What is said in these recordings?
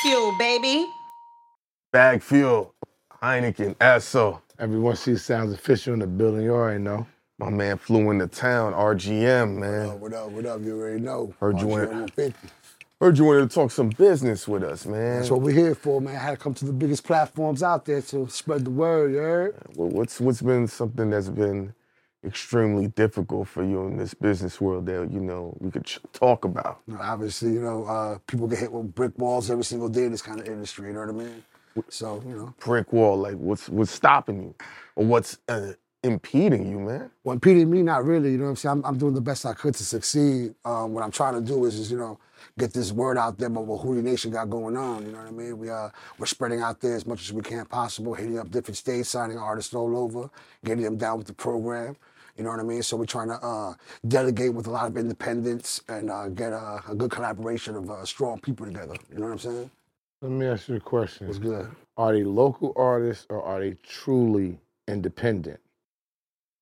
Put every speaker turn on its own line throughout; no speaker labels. fuel, baby.
Bag Fuel, Heineken, Esso.
Everyone sees sounds official in the building. You already know.
My man flew into town, RGM, man.
What up, what up? You already know.
Heard you
Archie
went-
150.
Heard you wanted to talk some business with us, man.
That's what we're here for, man. I had to come to the biggest platforms out there to spread the word, you heard?
Well, what's what's been something that's been extremely difficult for you in this business world that you know we could ch- talk about?
You know, obviously, you know, uh, people get hit with brick walls every single day in this kind of industry, you know what I mean? So, you know,
Brick wall, like what's what's stopping you, or what's uh, impeding you, man?
Well, PD, me, not really. You know what I'm saying? I'm, I'm doing the best I could to succeed. Um, what I'm trying to do is, is, you know, get this word out there about what Hootie Nation got going on. You know what I mean? We, uh, we're spreading out there as much as we can possible, hitting up different states, signing artists all over, getting them down with the program. You know what I mean? So we're trying to uh, delegate with a lot of independence and uh, get a, a good collaboration of uh, strong people together. You know what I'm saying?
Let me ask you a question.
It's good.
Are they local artists or are they truly independent?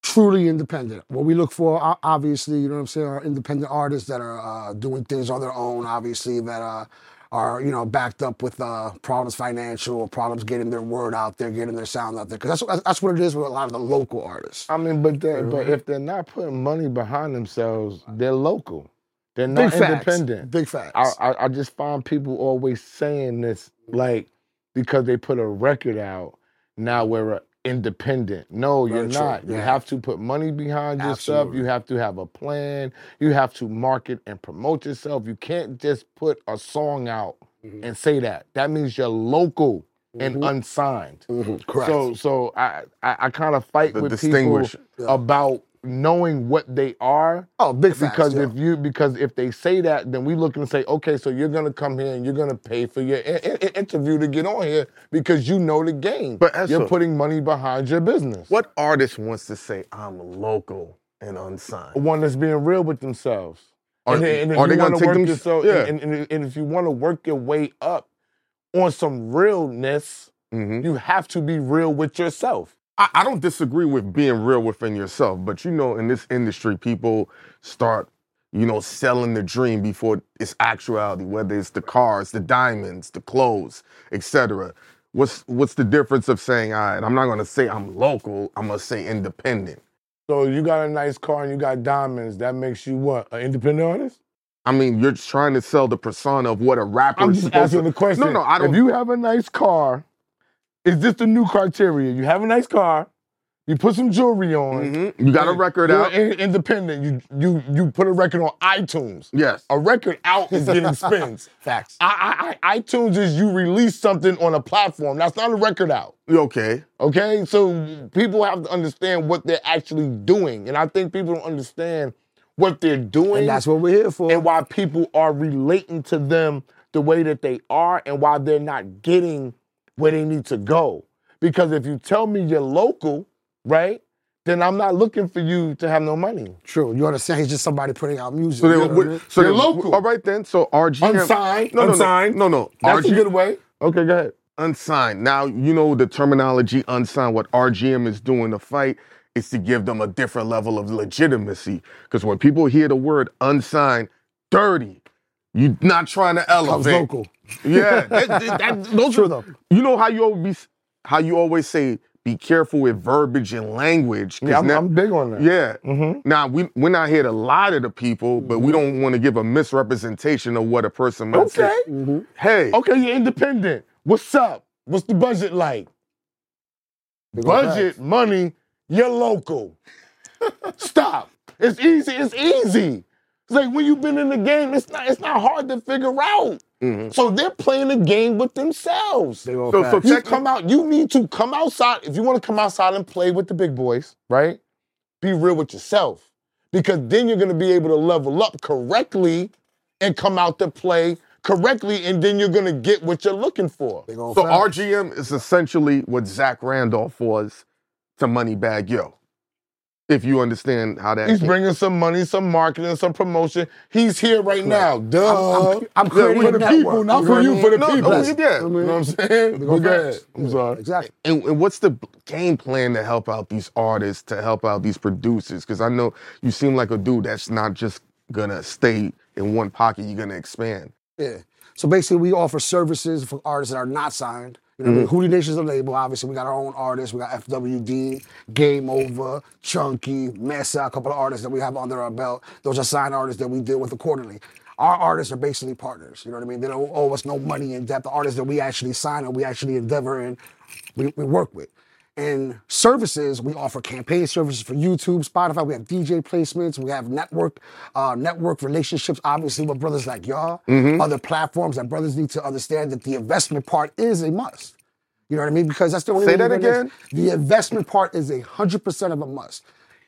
truly independent. What we look for, o- obviously, you know what I'm saying, are independent artists that are uh, doing things on their own, obviously, that uh, are, you know, backed up with uh, problems financial, problems getting their word out there, getting their sound out there. Because that's, that's what it is with a lot of the local artists.
I mean, but they, but if they're not putting money behind themselves, they're local. They're not
Big facts.
independent.
Big facts.
I, I I just find people always saying this like because they put a record out. Now we're uh, independent. No,
Very
you're
true.
not. You
Yeah.
have to put money behind yourself.
Absolutely.
You have to have a plan. You have to market and promote yourself. You can't just put a song out
Mm-hmm.
and say that. That means you're local and unsigned.
Mhm, Mm-hmm. Correct.
So so I I, I kind of fight
The
with people
distinguish-
about knowing what they are
oh, big facts.
because
yeah.
if you because if they say that, then we look and say, okay, so you're gonna come here and you're gonna pay for your in- in- interview to get on here because you know the game.
But that's
you're
a-
putting money behind your business.
What artist wants to say I'm local and unsigned?
One that's being real with themselves.
Are-
and, then- and if
are
you
they gonna
wanna
take
work
them-
yourself,
yeah.
and, and, and if you want to work your way up on some realness,
Mhm.
you have to be real with yourself.
I, I don't disagree with being real within yourself, but you know, in this industry, people start, you know, selling the dream before it's actuality, whether it's the cars, the diamonds, the clothes, etc. What's what's the difference of saying, all right, I'm not gonna say I'm local, I'm gonna say independent.
So you got a nice car and you got diamonds. That makes you what an independent artist.
I mean, you're trying to sell the persona of what a rapper
I'm
is
just
supposed
asking
to.
the question.
No, no, I don't.
If you have a nice car, is this the new criteria? You have a nice car, you put some jewelry on,
Mhm. You got a record
Mm-hmm. you're
out.
in- independent. You you you put a record on iTunes.
Yes. Oh,
A record out is getting spins.
facts.
I, I, I iTunes is you release something on a platform. That's not a record out.
Okay.
Okay, so people have to understand what they're actually doing, and I think people don't understand what they're doing
and that's what we're here for.
and why people are relating to them the way that they are and why they're not getting where they need to go. Because if you tell me you're local, right, then I'm not looking for you to have no money.
True. You understand? He's just somebody putting out music.
So they,
you know what I
what-
mean?
so
They're
they-
local.
All right then. So RGM.
Unsigned,
No, no,
unsigned.
No, no. no.
That's a
RG
good way.
Okay, go ahead. Unsigned. Now, you know the terminology unsigned, what RGM is doing to fight is to give them a different level of legitimacy. Because when people hear the word unsigned, dirty, you're not trying to
Comes
elevate.
local.
Yeah. that- that- that- those
True
are,
though.
you know how you always how you always say be careful with verbiage and language. 'cause
Yeah, I'm,
now-
I'm big on that.
yeah.
Mhm.
Now we we're not here to lie to the people, but we don't want to give a misrepresentation of what a person might say.
Mm-hmm. Okay.
Hey.
Okay, you're independent. What's up? What's the budget like?
Big
Budget, money, you're local. Stop. It's easy, it's easy. It's like when you've been in the game, it's not it's not hard to figure out.
Mhm.
So they're playing the game with themselves.
Big old
So- so
facts.
You
Check-
come out, you need to come outside. If you want to come outside and play with the big boys, right? Be real with yourself. Because then you're gonna be able to level up correctly and come out to play correctly, and then you're gonna get what you're looking for.
Big old
So
facts.
RGM is essentially what Zach Randolph was to Moneybag Yo. If you understand how that.
He's bringing some money, some marketing, some promotion. He's here right now. Duh.
I'm- I'm creating
for
a
the
network,
people,
you
not
know
for
what
you,
I
for the
mean? No,
people.
no, yeah.
You know what I'm saying?
Big
But
old
go ahead.
facts.
I'm
Yeah,
sorry.
Exactly.
and, and what's the game plan to help out these artists, to help out these producers? Because I know you seem like a dude that's not just gonna stay in one pocket. You're gonna expand.
Yeah. So basically, we offer services for artists that are not signed. You know, what I mean? Hootie Nation's a label. Obviously, we got our own artists. We got FWD, Game Over, Chunky, Mesa, a couple of artists that we have under our belt. Those are signed artists that we deal with accordingly. Our artists are basically partners. You know what I mean? They don't owe us no money in debt. The artists that we actually sign and we actually endeavor and we, we work with. And services, we offer campaign services for YouTube, Spotify. We have DJ placements. We have network, uh, network relationships. Obviously, with brothers like y'all,
Mm-hmm.
other platforms that brothers need to understand that the investment part is a must. You know what I mean? Because that's the only
Say
way you're
that
gonna-
again?
The investment part is a hundred percent of a must.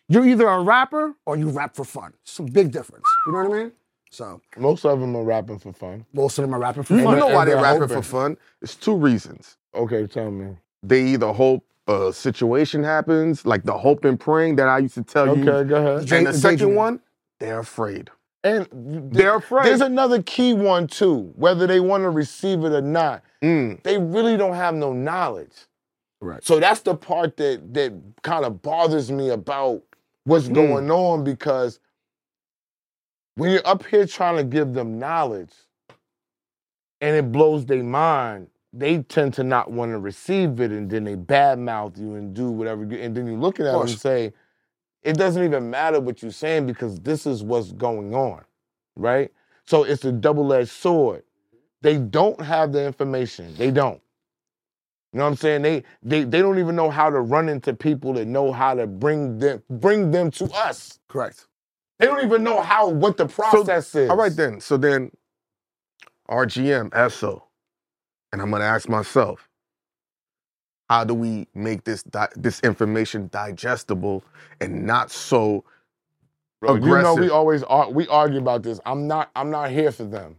You're either a rapper or you rap for fun. It's a big difference. You know what I mean? So
Most of them are rapping for fun.
most of them are rapping for
You
fun.
know why
and
they
they're
rapping
hoping.
for fun? It's two reasons.
Okay, tell me.
They either hope a situation happens, like the hope and praying that I used to tell
Okay,
you.
go ahead.
And the
Daydream.
second one, they're afraid.
And
They're afraid.
there's another key one too, whether they want to receive it or not.
Mm.
They really don't have no knowledge.
Right.
So that's the part that that kind of bothers me about what's going on because when you're up here trying to give them knowledge and it blows their mind, they tend to not want to receive it and then they badmouth you and do whatever you and then you look at them and
course.
say, it doesn't even matter what you're saying because this is what's going on. Right? So it's a double-edged sword. They don't have the information. They don't. You know what I'm saying? They they they don't even know how to run into people that know how to bring them bring them to us.
Correct.
They don't even know how what the process is.
All right then. So then RGM, ESO. And I'm gonna ask myself, how do we make this di- this information digestible and not so
Bro, Oh, You know
aggressive.
we always ar- we argue about this. I'm not I'm not here for them.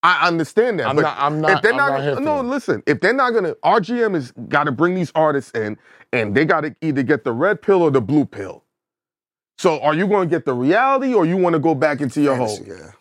I understand that.
I'm
but
not I'm not
if they're
I'm
not,
not here for
no,
them.
listen. If they're not gonna, RGM has got to bring these artists in, and they got to either get the red pill or the blue pill. So, are you going to get the reality, or you want to go back into your hole?
Yeah.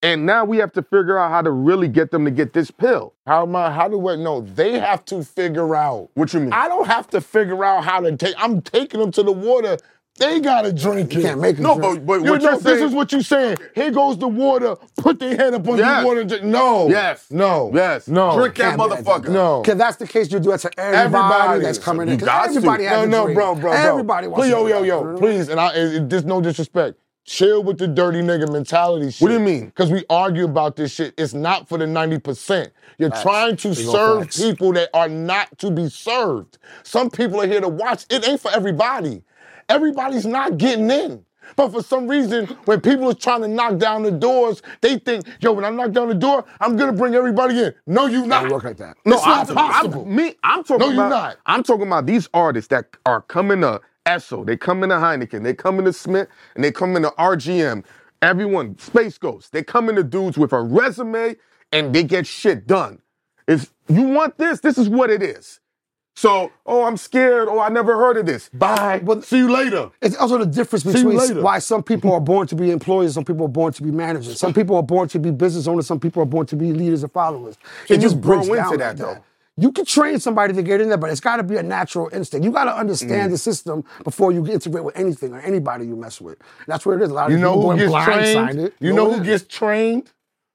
And now we have to figure out how to really get them to get this pill.
How am I how do what no, they have to figure out.
What you mean?
I don't have to figure out how to take I'm taking them to the water. They gotta drink
You
it.
can't make them
no, but,
drink.
but
You
what
know,
you're
this
saying
is what you saying. Here goes the water. Put their head up under
Yes.
the water. And drink. No.
Yes.
No.
Yes.
No.
Drink that
Can't be that
motherfucker.
dumb.
No.
Because that's the case you do that to everybody,
Everybody.
that's coming in.
You
'Cause
got to.
everybody has
No,
a
no,
dream.
bro, bro, bro.
Everybody wants
please,
to
yo,
do
yo,
that,
yo,
you know what I mean?
please, and I, it, it- there's no disrespect. Chill with the dirty nigga mentality shit.
What do you mean?
Because we argue about this shit. It's not for the 90%. You're trying to
Big ol'
serve
facts.
people that are not to be served. Some people are here to watch. It ain't for everybody. Everybody's not getting in. But for some reason, when people are trying to knock down the doors, they think, yo, when I knock down the door, I'm gonna bring everybody in. No, you
Don't
not.
work like that.
No,
It's
I'm,
not possible.
I'm, me, I'm talking.
No, you're
about,
not.
I'm talking about these artists that are coming to Esso. They coming to Heineken. They coming to Smith, and they coming to RGM. Everyone, Space Ghost. They coming to dudes with a resume, and they get shit done. If you want this, this is what it is. So, oh, I'm scared. Oh, I never heard of this.
Bye. See you later.
It's also the difference
you
between s-
later.
why some people are born to be employees, some people are born to be managers, some people are born to be business owners, some people are born to be leaders and followers.
Can you grow
breaks
into
down
that,
like
though?
You can train somebody to get in there, but it's got to be a natural instinct. You got to
Mm.
understand the system before you integrate with anything or anybody you mess with. That's what it is. A lot of
You
people
know who
born
gets
blindsided.
trained? You know
it
who
is.
gets trained?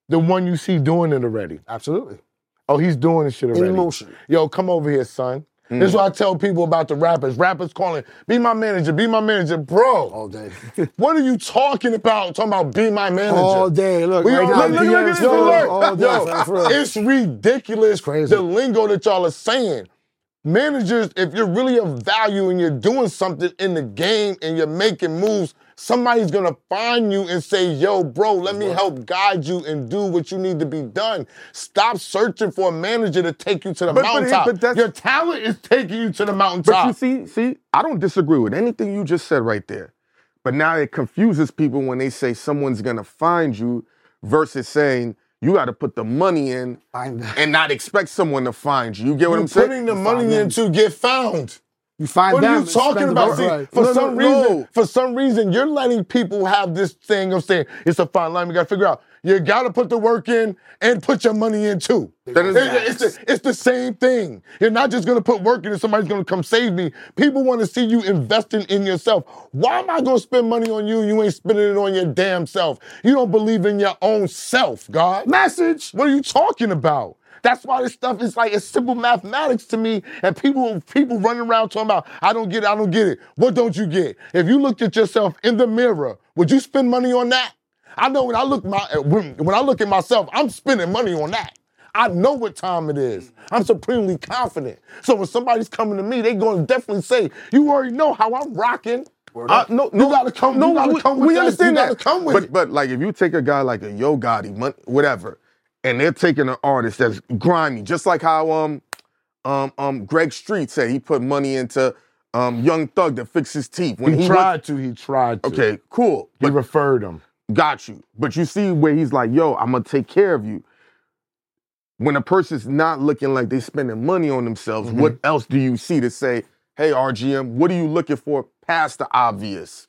The one you see doing it already.
absolutely
Oh, he's doing this shit
in
already.
motion.
Yo, come over here, son. This is what I tell people about the rappers. Rappers calling, be my manager, be my manager. Bro,
all day,
what are you talking about? Talking about be my manager.
all day. Look,
We
right
all-
now,
look, look, look at
DMs
this
going
alert.
Oh,
all day.
Yo,
for- for-
It's ridiculous.
crazy.
The lingo that y'all are saying. Managers, if you're really of value and you're doing something in the game and you're making moves, somebody's gonna find you and say, yo, bro, let me help guide you and do what you need to be done. Stop searching for a manager to take you to the
But- but-
mountaintop.
but that's-
your talent is taking you to the
But
mountaintop.
you see, see, I don't disagree with anything you just said right there. But now it confuses people when they say someone's gonna find you versus saying you got to put the money in
Find-
and not expect someone to find you. You get what
You're
I'm saying?
putting the money in to get found.
You find
What
them.
are you
and spend
talking
the
about?
rest-
See,
Right.
for
No, no,
some
no.
reason, for some reason, you're letting people have this thing of saying it's a fine line. We got to figure out. You got to put the work in and put your money in too.
That is
It- it's, the, it's the same thing. You're not just going to put work in and somebody's going to come save me. People want to see you investing in yourself. Why am I going to spend money on you and you ain't spending it on your damn self? You don't believe in your own self, God.
Message.
What are you talking about? That's why this stuff is like it's simple mathematics to me. And people people running around talking about, I don't get it, I don't get it. What don't you get? If you looked at yourself in the mirror, would you spend money on that? I know when I look my when, when I look at myself, I'm spending money on that. I know what time it is. I'm supremely confident. So when somebody's coming to me, they going to definitely say, "You already know how I'm rocking." I, no, you gotta come.
No,
you gotta
we,
come with
we
that.
understand
you
that.
Gotta come with
but
it.
but like if you take a guy like a Yo Gotti, Mon- whatever, and they're taking an artist that's grimy, just like how um um um Greg Street said he put money into um Young Thug to fix his teeth when
He
he
tried to. He tried to.
Was, okay, cool.
He
But
referred him.
got you. But you see where he's like, yo, I'm gonna take care of you. When a person's not looking like they spending money on themselves, what else do you see to say, hey RGM, what are you looking for past the obvious?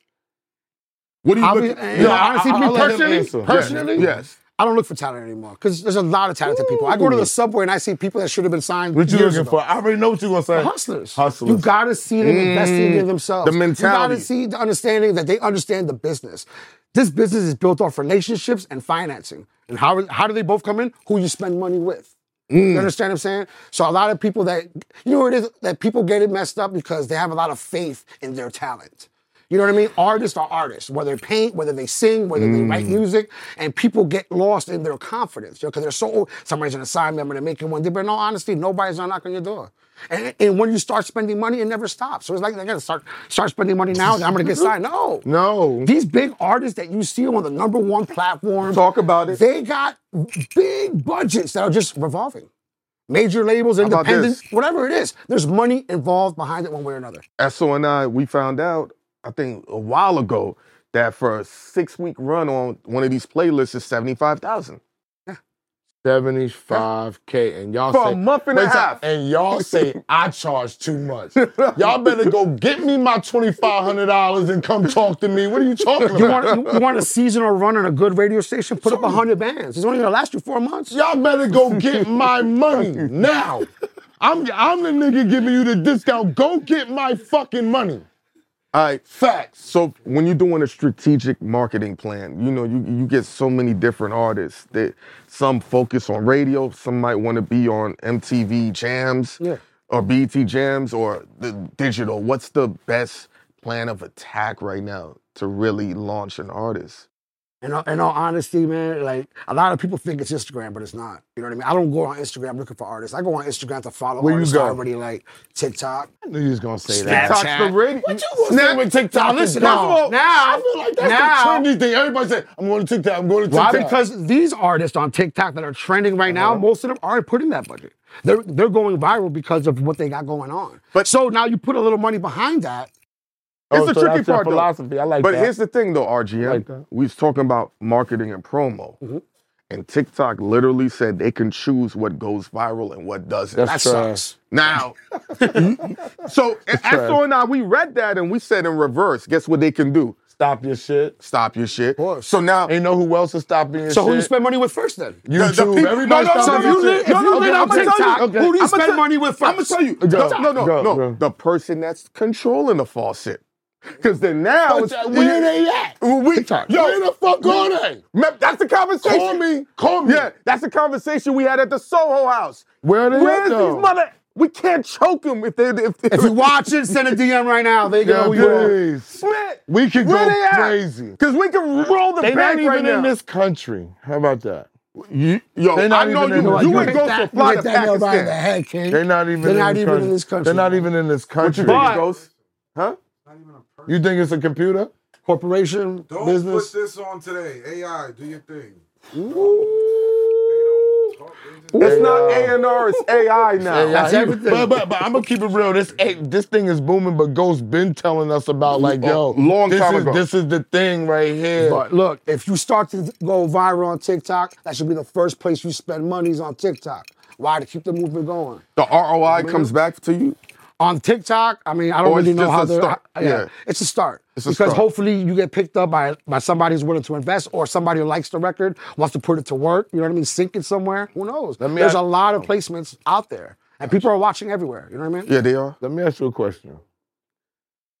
What are you
Obvi-
looking
and- No, honestly, me personally- personally-
yes.
I don't look for talent anymore because there's a lot of talented people. I go to the subway and I see people that should have been signed.
What you
years
looking
ago.
for? I already know what you're gonna say.
Hustlers.
Hustlers.
You gotta see them investing in themselves.
the
You
mentality.
gotta see the understanding that they understand the business. This business is built off relationships and financing. And how, how do they both come in? Who you spend money with. You understand what I'm saying? So a lot of people that you know what it is that people get it messed up because they have a lot of faith in their talent. You know what I mean? Artists are artists, whether they paint, whether they sing, whether they write music, and people get lost in their confidence, you know, because they're so "Oh, somebody's gonna sign me, I'm gonna make it one day. But in all honesty, nobody's gonna knock on your door. And, and when you start spending money, it never stops. So it's like I gotta start start spending money now, and I'm gonna get signed. No.
No.
These big artists that you see on the number one platform.
Talk about it.
They got big budgets that are just revolving. Major labels,
about
independent,
this?
whatever it is. There's money involved behind it one way or another.
Esso and I, we found out, I think a while ago, that for a six week run on one of these playlists is 75,000.
75K. And y'all
For
say
a month and a
Wait till-
half.
And y'all say I charge too much. y'all better go get me my $2,500 and come talk to me. What are you talking
You
about?
want, you, you want a seasonal run on a good radio station? Put up 100 bands. It's only going to last you four months.
Y'all better go get my money now. I'm I'm the nigga giving you the discount. Go get my fucking money.
All right.
Facts.
So when you're doing a strategic marketing plan, you know, you, you get so many different artists that some focus on radio, some might want to be on MTV jams
Yeah.
or BT jams or the digital. What's the best plan of attack right now to really launch an artist?
In all, in all honesty, man, like a lot of people think it's Instagram, but it's not. You know what I mean? I don't go on Instagram looking for artists. I go on Instagram to follow
Where you
artists I
go?
already like TikTok.
I knew you was gonna say
Snap.
that.
TikTok's the
Snapchat.
radio.
What you gonna say with TikTok?
Now, listen,
First of
now,
all,
now,
I feel like that's
now.
the trendy thing. Everybody say, I'm going to TikTok, I'm going to
Why?
TikTok.
Because these artists on TikTok that are trending right now, most of them aren't putting that budget. They're they're going viral because of what they got going on. But
But-
so now you put a little money behind that. Oh,
It's the tricky part, though.
I like
But here's the thing, though, RGM.
Like that. Mm-hmm.
we was talking about marketing and promo, and TikTok literally said they can choose what goes viral and what doesn't.
That's
That
trash.
sucks.
now, so Astro and I, we read that and we said in reverse. Guess what they can do?
stop your shit.
Stop your shit.
course.
So now,
Ain't know who else is stopping your
So
shit.
who you spend money with first then?
the- the
YouTube.
people-
Everybody
no, no,
stopping
so
your
you
shit.
li- no, no,
Okay,
no,
I'm
I'ma
gonna
tell
tell
you.
Okay.
Who do you
I'ma
spend
tell-
money with first?
I'm gonna tell you.
Go,
no, no, no,
go,
no.
go.
The person that's controlling the faucet, because then now,
But, uh, where they at?
Well, we,
TikTok.
Yo,
Where the fuck are they?
Man, That's the conversation.
Call me. Call me.
Yeah, that's the conversation we had at the Soho House.
Where they at,
Where's
though?
these mother? We can't choke them if they if,
If you watch it, send a DM right now. They
Yeah,
go. Yeah,
please.
Man,
We could
where
go
they at?
crazy.
Cause we can roll the
They
bank
not even
right now.
in this country. How about that?
You- yo,
They not
I know
even in
you.
this-
You
You
would
hit
go
that-
to
you
fly to
right in the
Pakistan.
head, King.
They're not even.
They're
in
not
this
even
country.
in this country.
They're not even in this
What
country.
you think,
But-
Ghost? Huh?
you think it's a computer?
Corporation.
Don't
business.
put this on today. AI, do your thing.
It's not A and R. It's AI now.
Yeah,
That's
he-
everything.
But, but, but I'm gonna keep it real. This eh, this thing is booming, but Ghost been telling us about like yo,
long
this
time
is,
ago.
This is the thing right here.
But Uh, look, if you start to go viral on TikTok, that should be the first place you spend money is on TikTok. Why to keep the movement going?
The ROI comes back to you.
On TikTok, I mean, I don't
Or it's
really know
just
how
a
to.
start.
I-
Yeah.
it's a start
a
because
start.
hopefully you get picked up by by somebody who's willing to invest or somebody who likes the record, wants to put it to work. You know what I mean? Sink it somewhere. Who knows?
me
There's
ask-
a lot of placements out there, and people are watching everywhere. You know what I mean?
Yeah, they are.
Let me ask you a question.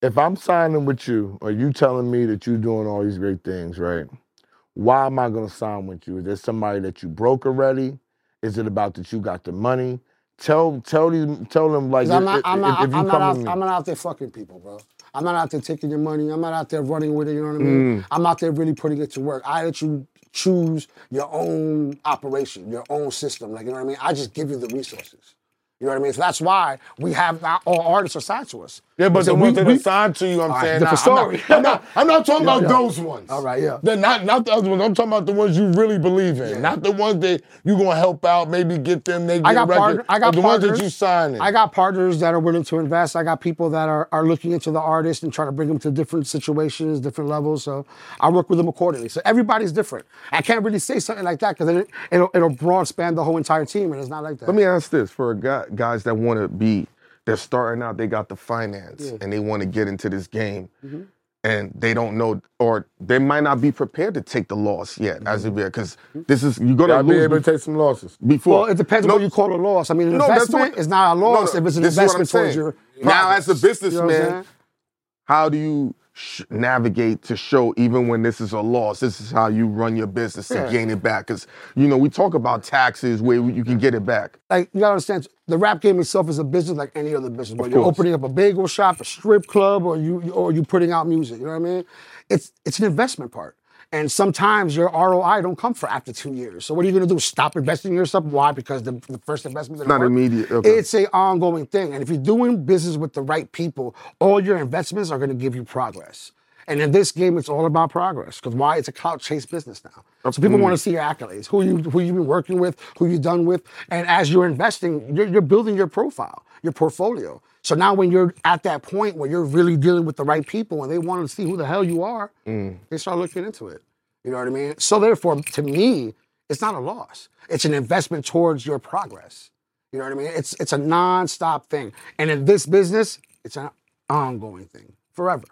If I'm signing with you, or you telling me that you're doing all these great things, right? Why am I gonna sign with you? Is there somebody that you broke already? Is it about that you got the money? Tell tell these tell them like
'Cause I'm not,
if-
I'm
if-
not,
if you
I'm, not
come
out,
with me.
I'm not out there fucking people, bro. I'm not out there taking your money. I'm not out there running with it. You know what I mean?
Mm.
I'm out there really putting it to work. I let you choose your own operation, your own system. Like you know what I mean? I just give you the resources. You know what I mean? So that's why we have not all artists are signed to us.
Yeah, but
So
the
we-
ones that
we-
are signed to you, I'm
right,
saying.
different
nah,
story.
I'm not, I'm not, I'm not talking about
yeah.
those ones.
All right, yeah.
They're not, not the other ones. I'm talking about the ones you really believe in. Not the ones that you're going to help out, maybe get them, they get
I got
record,
partner, I
but
got
The
partners.
ones that you signing.
I got partners that are willing to invest. I got people that are, are looking into the artist and trying to bring them to different situations, different levels. So I work with them accordingly. So everybody's different. I can't really say something like that because it, it'll it'll broad span the whole entire team, and it's not like that.
Let me ask this for a guy, guys that want to be, they're starting out, they got the finance and they want to get into this game
Mm-hmm.
and they don't know, or they might not be prepared to take the loss yet as
Mm-hmm.
of yet, because this is, you're going to
I'll be
lose
able to take some losses.
be- before.
well, it depends on what you call a loss. I mean, an
No, that's
investment
what-
is not a
No, no,
loss if it's an
this is what I'm
investment towards
saying.
your.
Now, as a
You know what I'm
businessman,
saying?
how do you sh- navigate to show even when this is a loss this is how you run your business to
Yeah.
gain it back because you know we talk about taxes where you can get it back
like you gotta understand the rap game itself is a business like any other business. Whether you're
course.
opening up a bagel shop, a strip club, or you or you putting out music, you know what I mean? It's it's an investment part. And sometimes your ROI don't come for after two years. So what are you gonna do? Stop investing in yourself? Why? Because the, the first investment
Not immediate, okay.
It's a ongoing thing. And if you're doing business with the right people, all your investments are gonna give you progress. And in this game, it's all about progress. Because why? It's a clout chase business now. So people want to see your accolades, who you who you've been working with, who you've done with, and as you're investing, you're, you're building your profile, your portfolio. So now, when you're at that point where you're really dealing with the right people, and they want to see who the hell you are, they start looking into it. You know what I mean? So therefore, to me, it's not a loss. It's an investment towards your progress. You know what I mean? It's it's a nonstop thing, and in this business, it's an ongoing thing forever.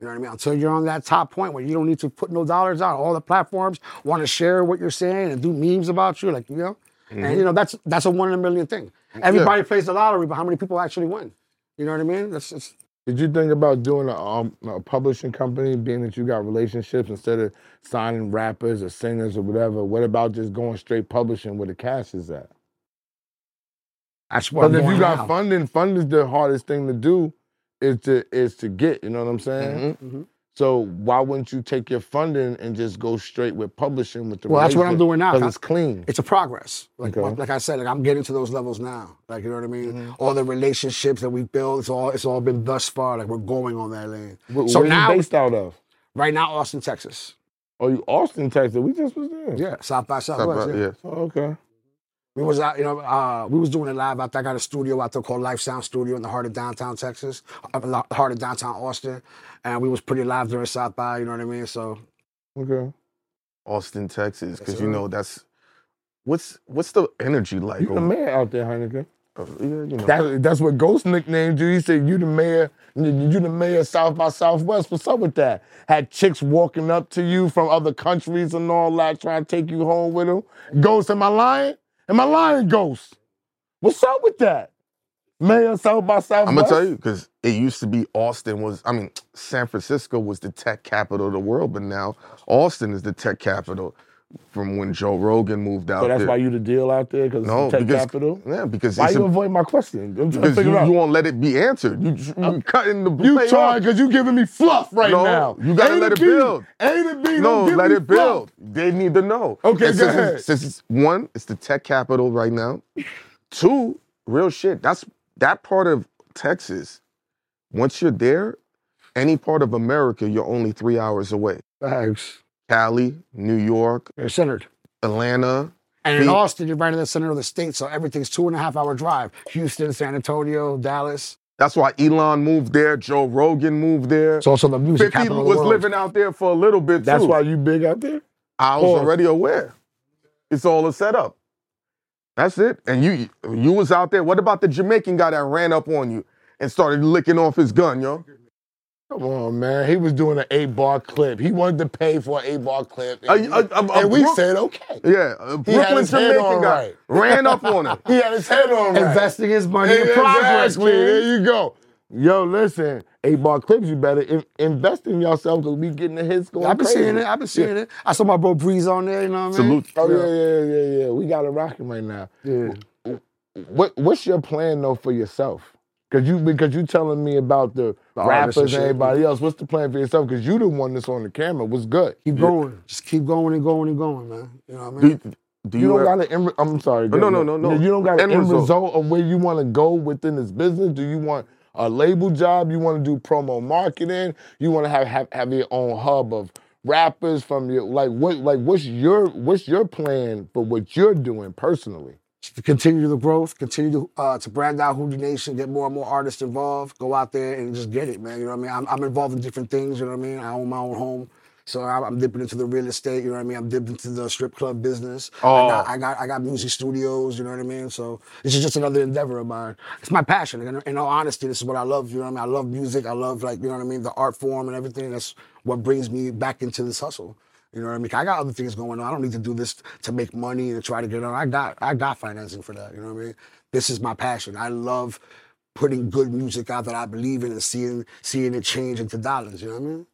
You know what I mean? Until you're on that top point where you don't need to put no dollars out. All the platforms want to share what you're saying and do memes about you, like you know.
Mm-hmm.
And you know that's that's a one in a million thing. Everybody plays the lottery, but how many people actually win? You know what I mean? That's just
Did you think about doing a, um, a publishing company, being that you got relationships instead of signing rappers or singers or whatever? What about just going straight publishing where the cash is at?
that's what. I'm
Because if you
doing
got
now.
funding, funding's the hardest thing to do is to is to get. You know what I'm saying?
Mhm.
So why wouldn't you take your funding and just go straight with publishing with the?
Well, that's what I'm doing now.
Because it's clean.
It's a progress. Like,
Okay.
like I said, like I'm getting to those levels now. Like you know what I mean? All the relationships that we built, it's all it's all been thus far. Like we're going on that lane.
Wh-
so
where
now,
you based out of?
right now, Austin, Texas.
Oh, you Austin, Texas. We just was there.
Yeah, South by Southwest.
About-
yeah.
yeah.
Oh, okay.
We was out, you know, uh, we was doing it live out there. I got a studio out there called Life Sound Studio in the heart of downtown Texas, uh, the heart of downtown Austin, and we was pretty live during South by. You know what I mean? So
Okay.
austin texas because
Yes,
you
sir.
know that's what's what's the energy like
You the
over-
mayor out there, Heineken.
uh, yeah, you know.
That, that's what Ghost nicknamed you. He said, "You the mayor. You you the mayor of South by Southwest." What's up with that? Had chicks walking up to you from other countries and all that, trying to take you home with them. Ghost, am I lying? Am I lying, Ghost? What's up with that? Mayor of South by Southwest.
i'm gonna tell you because it used to be austin was i mean san francisco was the tech capital of the world but now austin is the tech capital from when joe rogan moved out
So that's
there
why you the deal out there because
no
it's the tech
because
capital.
yeah because
Why
it's
you
a-
avoid my question? I'm trying to
because
figure
you,
it out.
you won't let it be answered. You you cutting the
You
play
trying
off.
because you giving me fluff right
No,
now.
you gotta
A
let
to
it
B.
build.
A to B.
No,
don't give
let
me
it
fluff.
build. They need to know.
Okay,
And
go
since,
ahead.
It's, since it's one, it's the tech capital right now. Two, real shit. That's that part of Texas. Once you're there, any part of America, you're only three hours away.
thanks.
Cali, New York,
You're centered.
Atlanta.
And in
We-
Austin, you're right in the center of the state, so everything's two and a half hour drive. Houston, San Antonio, Dallas.
That's why Elon moved there. Joe Rogan moved there.
It's also the music
Fifty
capital of the
was
world.
living out there for a little bit
That's
too.
why you big out there.
I was
Pause.
already aware. It's all a setup. That's it. And you you was out there. What about the Jamaican guy that ran up on you and started licking off his gun, yo.
Come on, man. He was doing an eight bar clip. He wanted to pay for an eight bar clip.
A-
And,
a- a- a
and we
Brook-
said, okay.
Yeah, a
had
Brooklyn
his head
Jamaican
on
guy
right.
ran up on him.
He had his head on right.
Investing his money in
Exactly.
progress, kid.
There you go. Yo, listen, eight bar clips, you better in- invest in yourself because we getting the hits going
I've been
crazy.
seeing it. I've been seeing it. I saw my bro Breeze on there. You know what I mean?
Salute.
Oh, yeah, yeah, yeah, yeah. We got it rocking right now.
Yeah.
What What's your plan, though, for yourself? Because you because you telling me about the,
artists and
rappers and
shit.
everybody else. What's the plan for yourself? Because you the one that's on the camera. What's good?
Keep going. Just keep going and going and going, man. You know what I
Do,
mean?
you- do
You,
you,
don't
ever-
got an end. I'm sorry.
no,
Dylan.
no, no, no.
You don't got an
End
end
result.
result. of where you want to go within this business. Do you want a label job? You want to do promo marketing? You want to have, have have your own hub of rappers from your like what like what's your what's your plan for what you're doing personally?
Just to continue the growth, continue to uh, to brand out Hootie Nation, get more and more artists involved, go out there and just get it, man. You know what I mean? I'm, I'm involved in different things. You know what I mean? I own my own home. So I'm, I'm dipping into the real estate, you know what I mean. I'm dipping into the strip club business.
Oh.
I got, I got I got music studios, you know what I mean. So this is just another endeavor of mine. It's my passion, and in all honesty, this is what I love. You know what I mean. I love music. I love like you know what I mean, the art form and everything. That's what brings me back into this hustle. You know what I mean? I got other things going on. I don't need to do this to make money and try to get on. I got I got financing for that. You know what I mean? This is my passion. I love putting good music out that I believe in and seeing seeing it change into dollars. You know what I mean?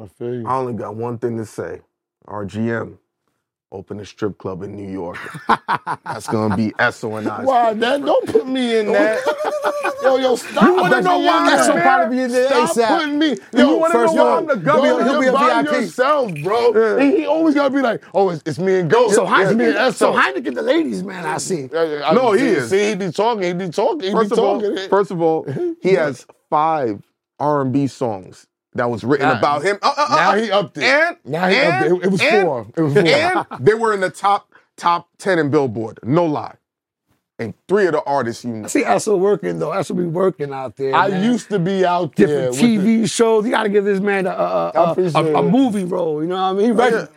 I feel you.
I only got one thing to say. Our GM opened a strip club in New York. That's gonna be SO and I.
Why that? Don't put me in that. yo, yo, stop. You
wanna know why I'm
so
there?
be in there
Stop
ASAP.
putting me. Yo,
wanna
first
know
of
why
all,
I'm the governor?
Go
He'll
he'll
be
be
a
by
VIP.
yourself, bro.
Yeah.
He, he always gotta be like, oh, it's, it's me and Ghost.
So
it's me and
Heineken, so
Esso.
Heineken, the ladies, man, I see.
I- I-
No, he
see,
is.
See, he be talking. He be talking. He
First
be
of all,
talking.
first of all, he has five R and B songs that was written
Nah.
about him. Uh, uh, uh,
now
uh,
he up there.
and
now he
and,
up there. It, it was
and,
four. It was four.
And they were in the top top ten in Billboard. No lie. And three of the artists you know.
I see Esso working though. Esso be working out there.
I
man.
used to be out there.
different
with the-
TV shows. You got to give this man a, a, a,
I
a,
appreciate
a, a
it.
movie role. You know what I mean? He ready.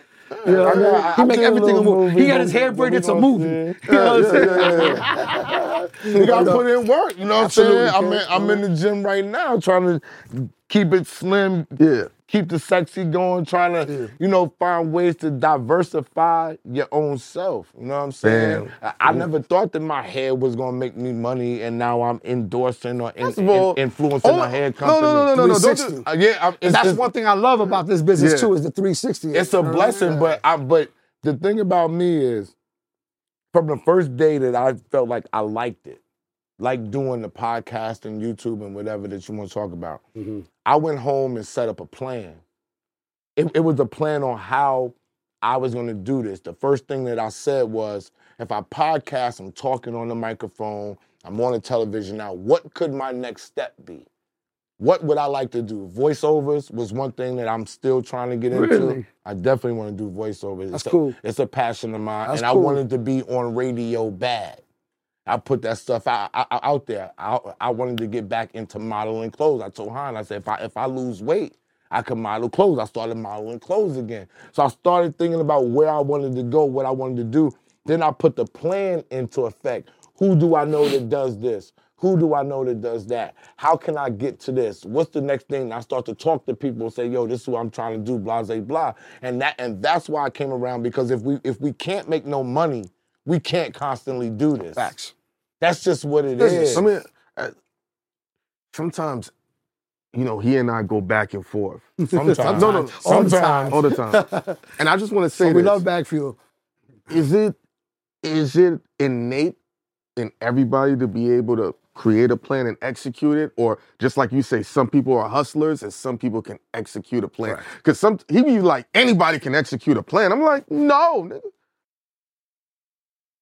You know what I mean?
I- I-
he
I
make
did a
everything a
little
movie. He
movie,
got his
but-
hair braided.
but
It's a
we gonna
movie.
see.
You know what I'm saying?
You gotta put in work. You know what I'm saying?
Absolutely,
I'm in,
kid.
I'm
uh-huh.
in the gym right now trying to keep it slim,
Yeah.
keep the sexy going, trying to, you know, find ways to diversify your own self. You know what I'm saying?
Damn.
I, I never thought that my hair was gonna make me money and now I'm endorsing or in,
First of all,
in- influencing
only-
a hair
no, no,
company.
no, no, no, no, don't do-
360.
Uh, yeah, I'm, it's,
That's
it's,
one thing I love about this business
Yeah.
too is the Oh, 360.
it's a blessing, but I but the thing about me is from the first day that I felt like I liked it, like doing the podcast and YouTube and whatever that you want to talk about.
Mhm.
I went home and set up a plan. It, it was a plan on how I was going to do this. The first thing that I said was, if I podcast, I'm talking on the microphone, I'm on the television now. What could my next step be? What would I like to do? Voiceovers was one thing that I'm still trying to get into.
Really?
I definitely want to do voiceovers.
That's
Mm-hmm.
It's a-
cool.
It's a passion of mine,
That's
and I
cool.
wanted to be on radio bad. I put that stuff out, out, out there. I, I wanted to get back into modeling clothes. I told Han, I said, if I if I lose weight, I can model clothes. I started modeling clothes again. So I started thinking about where I wanted to go, what I wanted to do. Then I put the plan into effect. Who do I know that does this? Who do I know that does that? How can I get to this? What's the next thing? And I start to talk to people and say, yo, this is what I'm trying to do, blah, blah, blah. And that and that's why I came around because if we if we can't make no money, we can't constantly do this.
facts.
That's just what it
Listen,
is.
I mean, uh, sometimes, you know, he and I go back and forth.
Sometimes.
No, no,
All the
Sometimes.
all the time. And I just want to say
So we
this.
love back fuel.
is it is it innate in everybody to be able to create a plan and execute it or just like you say some people are hustlers and some people can execute a plan because some he be like anybody can execute a plan i'm like no nigga.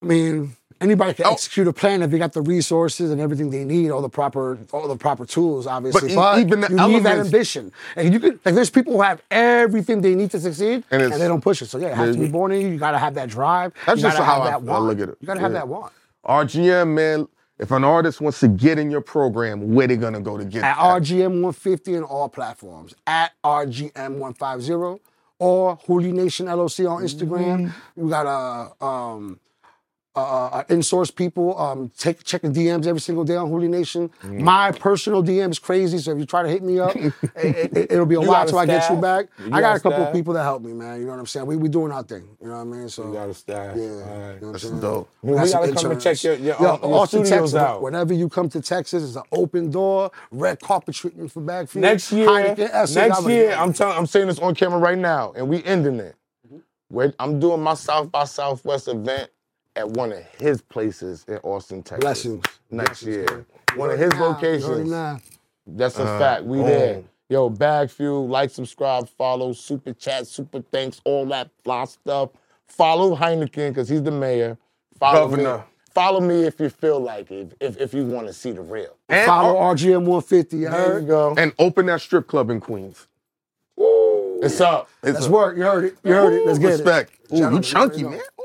I mean, anybody can
Oh.
execute a plan if they got the resources and everything they need, all the proper, all the proper tools, obviously.
But e-
But,
even the
you need that
elements-
ambition, and you can like. There's people who have everything they need to succeed,
And
and,
it's-
they don't push it. So yeah, it has to be
There's-
born in you. You got to have that drive.
That's
you
just
gotta
how
have
I-
that
I
want.
look at it.
You got to have
Yeah.
that want.
rgm man if an artist wants to get in your program where they gonna go to get
at
that?
RGM 150 on all platforms. At RGM 150
Mm-hmm.
or Holy Nation LOC on Instagram. You got a um, uh, uh, uh, in-source people. Um, take, check the DMs every single day on Hooli Nation.
Mm.
My personal DM is crazy, so if you try to hit me up, it, will be a
You
while
got a
till I get you
staff?
back.
You
I
got
got
a
a couple
staff?
of people that help me, man. You know what I'm saying? We we doing our thing. You know what I mean? So
You got a staff.
Yeah. You
All right.
know what
That's
I'm saying?
dope.
We
got some
gotta come and check your- your- uh,
Yo,
your
Austin,
studios
Texas,
out.
Whenever you come to Texas, it's an open door, red carpet treatment for Backfield.
Next year,
Heineken, Essex,
next
I'm-
year, I'm telling, I'm saying this on camera right now, and we ending it.
Mm-hmm.
Wait, I'm doing my South by Southwest event at one of his places in Austin, Texas.
Blessings.
Next
Blessings,
year,
man.
one of his
Nah, you already
locations.
know.
That's a fact. We
oh.
there. Yo, bag fuel, like, subscribe, follow, super chat, super thanks, all that fly stuff. Follow Heineken because he's the mayor. Follow Me.
Governor.
Follow me if you feel like it, if, if you want to see the real.
And,
Follow RGM 150. You
There you
heard?
go.
and open that strip club in Queens.
It's up.
It's
Let's
a-
work. You heard it. You heard it. Let's get
Respect.
it.
Ooh, you
Gentlemen,
chunky,
you already
man.
know.